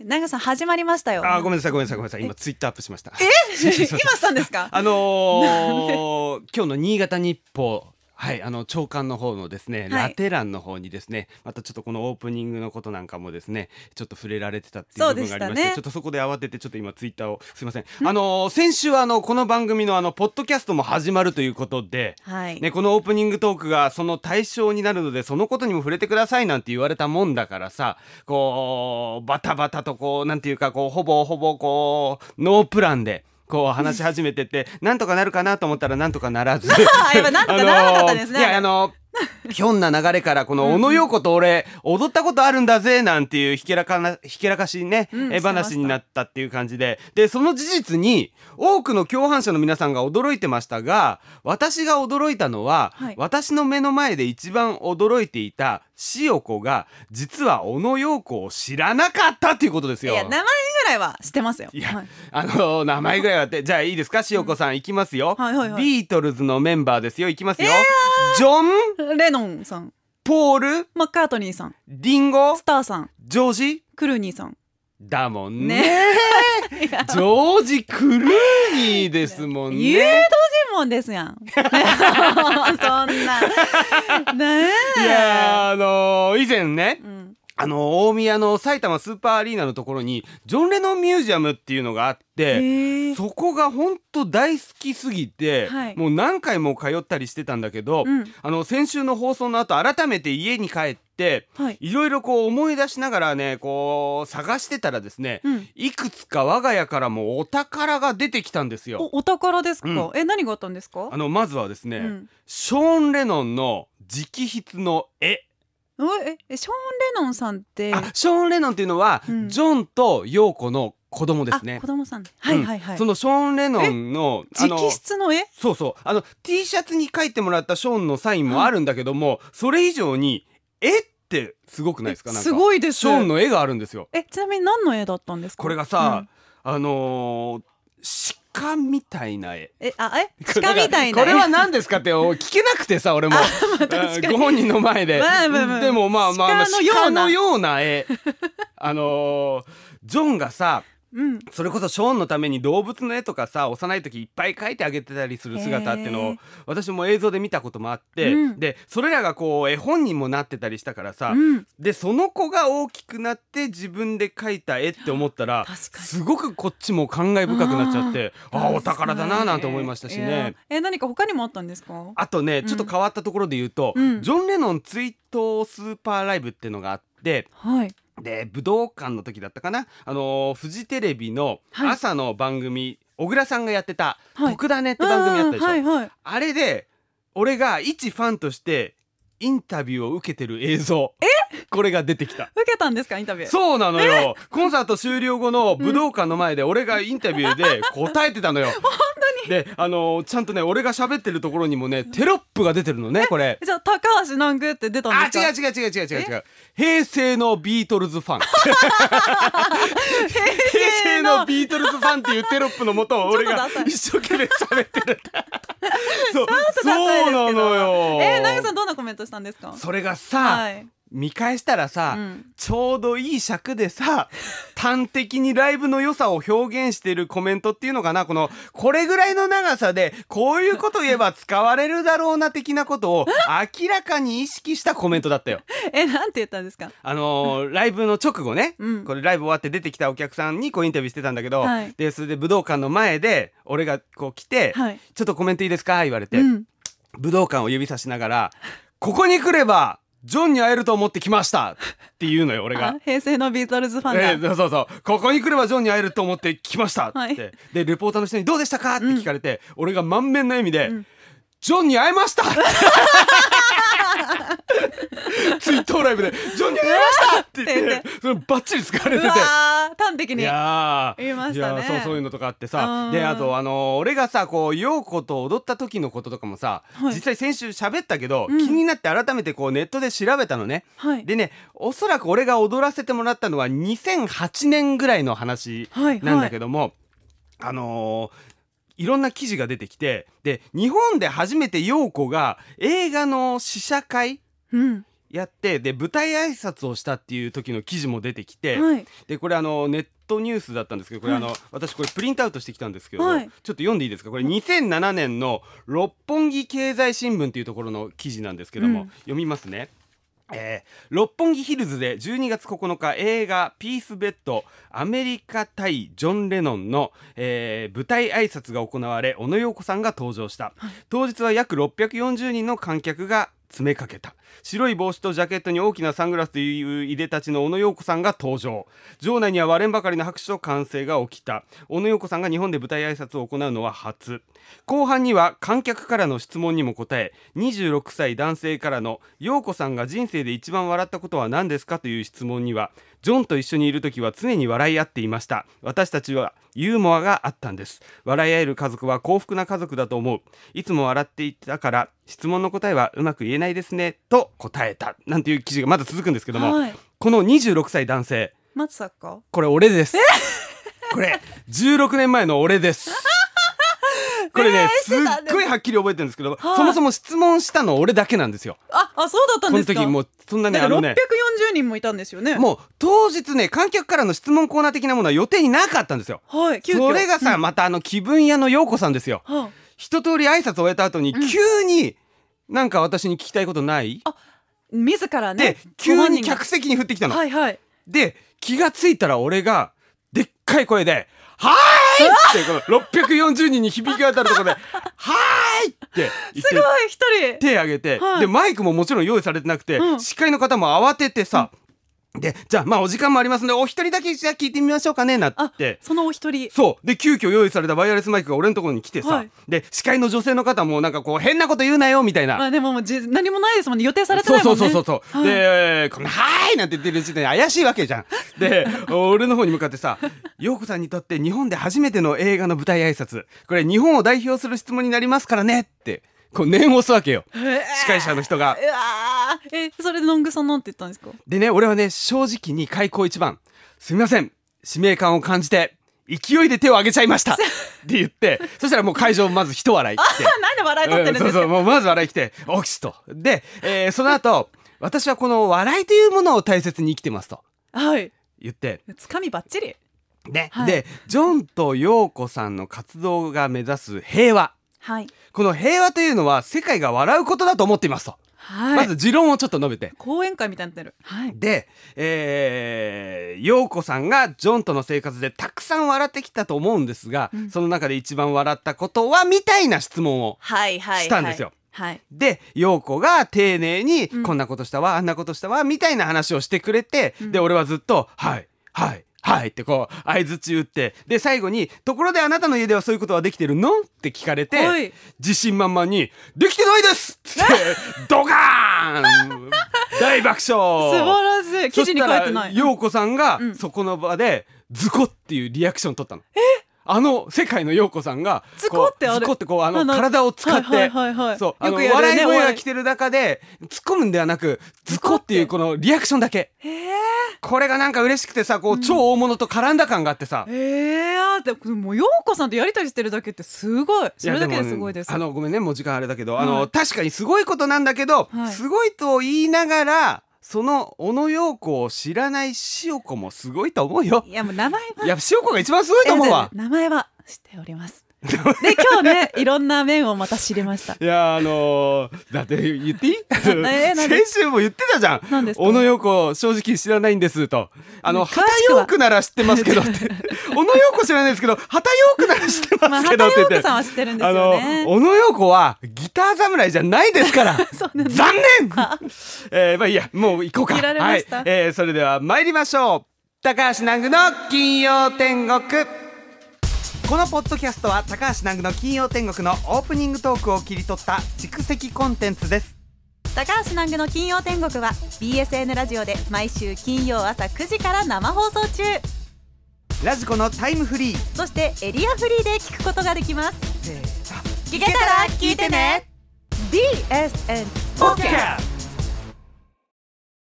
長谷さん始まりましたよ。あー ごめんなさいごめんなさいごめんなさい今ツイッターアップしましたえ今したんですか。あのー、今日の新潟日報はいあの長官の方のですね、はいラテ欄の方にですねまたちょっとこのオープニングのことなんかもですねちょっと触れられてたっていうそう部で分しがたあねりまして、ちょっとそこで慌ててちょっと今ツイッターをすいませんあのー先週はあのこの番組のあのポッドキャストも始まるということで、はい。ね、このオープニングトークがその対象になるのでそのことにも触れてくださいなんて言われたもんだからさこうバタバタとこうなんていうかこうほぼほぼこうノープランで。こう話し始めてって、なんとかなるかなと思ったらなんとかならず。あーやっぱなんとかならなかったですねあのーいや、あのー、ひょんな流れから、この小野洋子と俺、踊ったことあるんだぜ、なんていうひけらかな、ひけらかしいね、うんしてまえした話になったっていう感じで。で、その事実に、多くの共犯者の皆さんが驚いてましたが、私が驚いたのは、はい私の目の前で一番驚いていた塩子が、実は小野洋子を知らなかったっていうことですいよ。や名前ぐらいはしてますよ。いや、はいあのー名前ぐらいはって、じゃあいいですか、塩子さん、いきますよ、はいはいはいビートルズのメンバーですよ、いきますよ。ジョン、レノンさん、ポール、マッカートニーさん、リンゴス、ターさん、ジョージ、クルーニーさん。だもんね。ね。ジョージ・クルーニーですもん誘導ね。尋問です やん。そんな。ねえ。いやーあのー以前ね、うん。あのー大宮の埼玉スーパーアリーナのところにジョン・レノンミュージアムっていうのがあって、へえそこが本当大好きすぎて、はいもう何回も通ったりしてたんだけど、うんあの先週の放送の後改めて家に帰ってはい。いろいろこう思い出しながらねこう探してたらですね、うんいくつか我が家からもお宝が出てきたんですよ。おお宝ですうか。え何があったんですかあ。のまずはですね、うんショーン・レノンの直筆の絵。ええショーンレノンさんって。あショーン・レノンっていうのは、うんジョンとヨーコの子供ですあね子。供さん。はいはいはうんいそ。のショーン・レノンのあの直筆の絵。そうそうあの T シャツに書いてもらったショーンのサインもあるんだけども、それ以上に絵ってすごくないですかなんかすごいです。ショーンの絵があるんですよ。えちなみに何の絵だったんですかこれがさ、あのー鹿みたいな絵。えあえ鹿みたいな これは何ですかってお聞けなくてさ俺も、 確かにご本人の前で、まあまあまあでもまあまあ、まあ、鹿のような鹿のような絵 あのージョンがさうんそれこそショーンのために動物の絵とかさ幼い時いっぱい描いてあげてたりする姿っていうのへをー私も映像で見たこともあって、うんでそれらがこう絵本にもなってたりしたからさ、うんでその子が大きくなって自分で描いた絵って思ったら確かにすごくこっちも感慨深くなっちゃってああお宝だ確かなになんて思いましたしいやね。え何か他にもあったんですかあとねんちょっと変わったところで言うと、うんジョン・レノン追悼スーパーライブっていうのがあってはいで武道館の時だったかな、あのーフジテレビのはい朝の番組、小倉さんがやってた「はい特ダネ」って番組あったでしょ、うんはいはいあれで俺が一ファンとしてインタビューを受けてる映像これが出てきた。受けたんですかインタビューそうなのよコンサート終了後の武道館の前で俺がインタビューで答えてた のよ本当にであのーちゃんとね俺が喋ってるところにもねテロップが出てるのねこれじゃあ高橋南宮って出たあんです 違かう違う違う違う違う違う平成のビートルズファン平成のビートルズファンっていうテロップのもとを俺ちょがっとダサい一生懸命 喋ってるんだそうちょっとダサいですけそうどなのよえー、なさんどんなコメントしたんですかそれがさ、はい見返したらさ、うんちょうどいい尺 でさ端的にライブの良さを表現しているコメントっていうのかなこのこれぐらいの長さでこういうこと言えば使われるだろうな的なことを明らかに意識したコメントだったよ。えなんて言ったんですか あのーライブの直後ね、うんこれライブ終わって出てきたお客さんにこうインタビューしてたんだけど、はいでそれで武道館の前で俺がこう来て、はいちょっとコメントいいですか?」言われて、うん武道館を指さしながら「ここに来ればジョンに会えると思って来ました」って言うのよ俺があ。平成のビートルズファンだ、ええそうそうそうここに来ればジョンに会えると思って来ましたって、はいでレポーターの人に「どうでしたか?」って聞かれて、俺が満面の笑みで「うんジョンに会えま した! 」追悼ライブで「ジョンに会えました!」って言ってそれバッチリ使われうててわー端的いにやー言いましたねいやーそうそういうのとかあってうさんであとあのー俺がさこう陽子と踊った時のこととかもさ、はい実際先週喋ったけど、うん気になって改めてこうネットで調べたのね。はいでねおそらく俺が踊らせてもらったのは2008年ぐらいの話はいなんだけども、あのーいろんな記事が出てきてで日本で初めて陽子が映画の試写会どうんやってで舞台挨拶をしたっていう時の記事も出てきて、はい。でこれあのネットニュースだったんですけどこれあの、私これプリントアウトしてきたんですけど、はいちょっと読んでいいですかこれ2007年の六本木経済新聞というところの記事なんですけども、うん読みますね。えー六本木ヒルズで12月9日映画「ピースベッドアメリカ対ジョン・レノンの」えー舞台挨拶が行われ小野陽子さんが登場した、当日は約640人の観客が詰めかけた白い帽子とジャケットに大きなサングラスといういでたちの小野陽子さんが登場場内には割れんばかりの拍手と歓声が起きた小野陽子さんが日本で舞台挨拶を行うのは初後半には観客からの質問にも答え26歳男性からの陽子さんが人生で一番笑ったことは何ですかという質問にはジョンと一緒にいる時は常に笑い合っていました私たちはユーモアがあったんです笑い合える家族は幸福な家族だと思ういつも笑っていたから質問の答えはうまく言えないですねと答えたなんていう記事がまだ続くんですけども、はい。この26歳男性まさか。これ俺です。これ16年前の俺 です。これね、すっしてたごいはっきり覚えてるんですけど、はいそもそも質問したの俺だけなんですよ。あ、あ、そうだったこんでのすか。時もうそんなねだあってのね、 640人もいたんですよね。もう当日ね観客からの質問コーナー的なものは予定になかったんですよ。はい。急遽それがさ、うんまたあの気分屋の陽子さんですよ。は一通り挨拶を終えた後にうん急に、なんか私に聞きたいことない、い自らねで。急にご本客席に降ってきた人の。がはいはい。で気がついたら俺がでっかい声で「はーい!」ってこの640人に響き渡るところで「はーい!」って言すごってい一人。手挙げて、はいでマイクももちろん用意されてなくて、うん司会の方も慌ててさ、でじゃあまあお時間もありますのでお一人だけじゃあ聞いてみましょうかねなって。そのお一人。そうで急遽用意されたワイヤレスマイクが俺のところに来てさ、はいで司会の女性の方もなんかこう変なこと言うなよみたいなまあでももうじ何もないですもんね。予定されてないもんね。そうそうそうそはう、いでこの「はーい!」なんて言ってる時点で怪しいわけじゃん で俺の方に向かってさ陽子さんにとって日本で初めての映画の舞台挨拶これ日本を代表する質問になりますからねってこう念を押すわけよへえ司会者の人がうわーえそれでロングさんなんて言ったんですかでね俺はね正直に開口一番「すみません使命感を感じて勢いで手を挙げちゃいま した」って言ってそしたらもう会場まず一笑いってあなんで笑い取ってるんですか、うんそうそうもうまず笑い来て「オキシ」と。で、えーその後私はこの笑いというものを大切に生きてます」とはい言ってつかみばっちりで,、はいでジョンと陽子さんの活動が目指す平和はいこの平和というのは世界が笑うことだと思っていますと、はいまず持論をちょっと述べて。講演会みたいになってるはいで、えー、陽子さんがジョンとの生活でたくさん笑ってきたと思うんですが、うんその中で一番笑ったことはみたいな質問をはいはいしたんですよ。はいで陽子が丁寧に、うんこんなことしたわあんなことしたわみたいな話をしてくれて、うんで俺はずっと「はいはいはい」ってこう相づち打ってで最後に「ところであなたの家ではそういうことはできてるの?」って聞かれて、はい自信満々に「できてないです!」って ドカーン大爆素笑晴らしい記事に書いてない陽子さんが、うんそこの場で「ズコ」っていうリアクション取ったの。あの世界の陽子さんがズコってあれこうズコってこうああのの体を使って、はいはいはいはいそう、あの、よくやるね笑い声おが笑い来てる中で、突っ込むんではなく、ズコっていうこのリアクションだけ。えこれがなんか嬉しくてさ、こう、超大物と絡んだ感があってさー、。えー、あでももう陽子さんとやりたりしてるだけってすごいそれだけですごいですやもねあの、ごめんね、もう時間あれだけど、はあの、い確かにすごいことなんだけどは、いすごいと言いながら、その小野陽子を知らない塩子もすごいと思うよ。いやもう名前はいや、塩子が一番すごいと思うわ。名前はしておりますで今日ねいろんな面をまた知りま したいやあのーだって言っていい えなんで先週も言ってたじゃんなんですか小野陽子正直知らないんですとあの詳しく旗はヨークなら知ってますけ どって小野陽子知らないですけど旗ヨークなら知ってままあす畑けどって言陽って、子さんは知ってるんですあよの ね小野陽子はギター侍じゃないですから そうなんです残念えー、まあいいやもう行こうか切られましたはいえー、それでは参りましょう高橋南宮の金曜天国このポッドキャストは高橋南宮の金曜天国のオープニングトークを切り取った蓄積コンテンツです高橋南具の金曜天国は BSN ラジオで毎週金曜朝9時から生放送中ラジコのタイムフリーそしてエリアフリーで聞くことができますせーの聞けたら聞いてね DSN ポッキャス